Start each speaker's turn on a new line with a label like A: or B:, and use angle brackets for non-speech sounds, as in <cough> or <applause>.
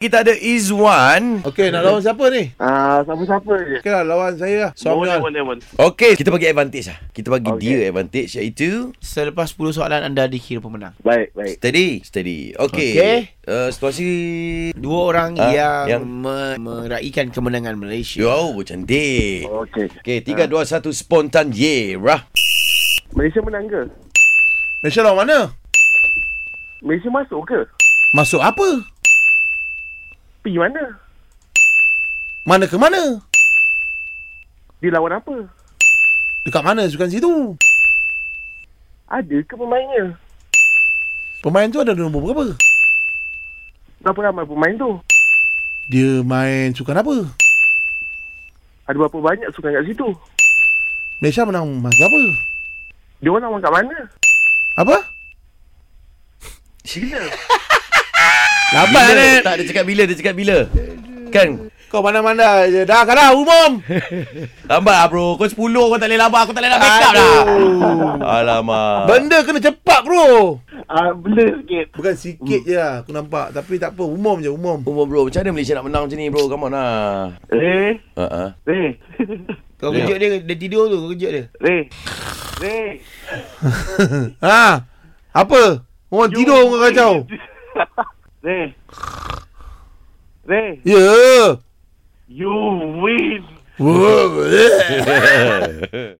A: Kita ada Izwan.
B: Okey, nak lawan siapa ni?
C: Ah, siapa-siapa je.
B: Okey lah, lawan saya lah.
C: Boleh,
B: Soalan.
C: boleh, boleh.
A: Okey, kita bagi advantage lah. Kita bagi
C: Okey.
A: dia advantage iaitu
D: Selepas 10 soalan anda dikira pemenang.
C: Baik, baik.
A: steady. Steady. Okey.
D: Okey.
A: Uh, situasi...
D: Dua orang uh,
A: Ah,
D: yang,
A: yang-
D: yang... Me- meraikan kemenangan Malaysia. Ah.
A: Yo, cantik.
C: Okey.
A: Okey, 3, 2, 1, spontan. Ye, rah.
C: Malaysia menang ke?
B: Malaysia lawan mana?
C: Malaysia masuk ke?
B: Masuk apa?
C: Pergi mana?
B: Mana ke mana?
C: Dia lawan apa?
B: Dekat mana sukan situ?
C: Ada ke pemainnya?
B: Pemain tu ada nombor berapa?
C: Berapa ramai pemain tu?
B: Dia main sukan apa?
C: Ada berapa banyak sukan kat situ?
B: Malaysia menang mas berapa?
C: Dia orang lawan kat mana?
B: Apa? <laughs>
C: Gila.
B: Lapan
A: Bila?
B: ni.
A: Tak, dia cakap bila, dia cakap bila. Kan?
B: Kau mana-mana je. Dah kalah umum.
A: Lambat lah bro. Kau 10, kau tak boleh lambat. Aku tak boleh nak backup lah. Alamak.
B: Benda kena cepat bro.
C: Ah, blur sikit.
B: Bukan sikit je lah aku nampak. Tapi tak apa. Umum je umum.
A: Umur bro, macam mana Malaysia nak menang macam ni bro? Come on lah.
C: Reh,
A: Uh-huh.
C: <laughs> reh.
D: Kau kejut dia,
A: Ya.
D: dia tidur tu, kau kejut dia.
C: Reh. Reh.
B: <laughs> Ha. Apa? Orang tidur kau
C: <laughs>
B: kacau.
C: Reh. Reh.
B: Ya. Yeah.
C: You win.
B: Wah.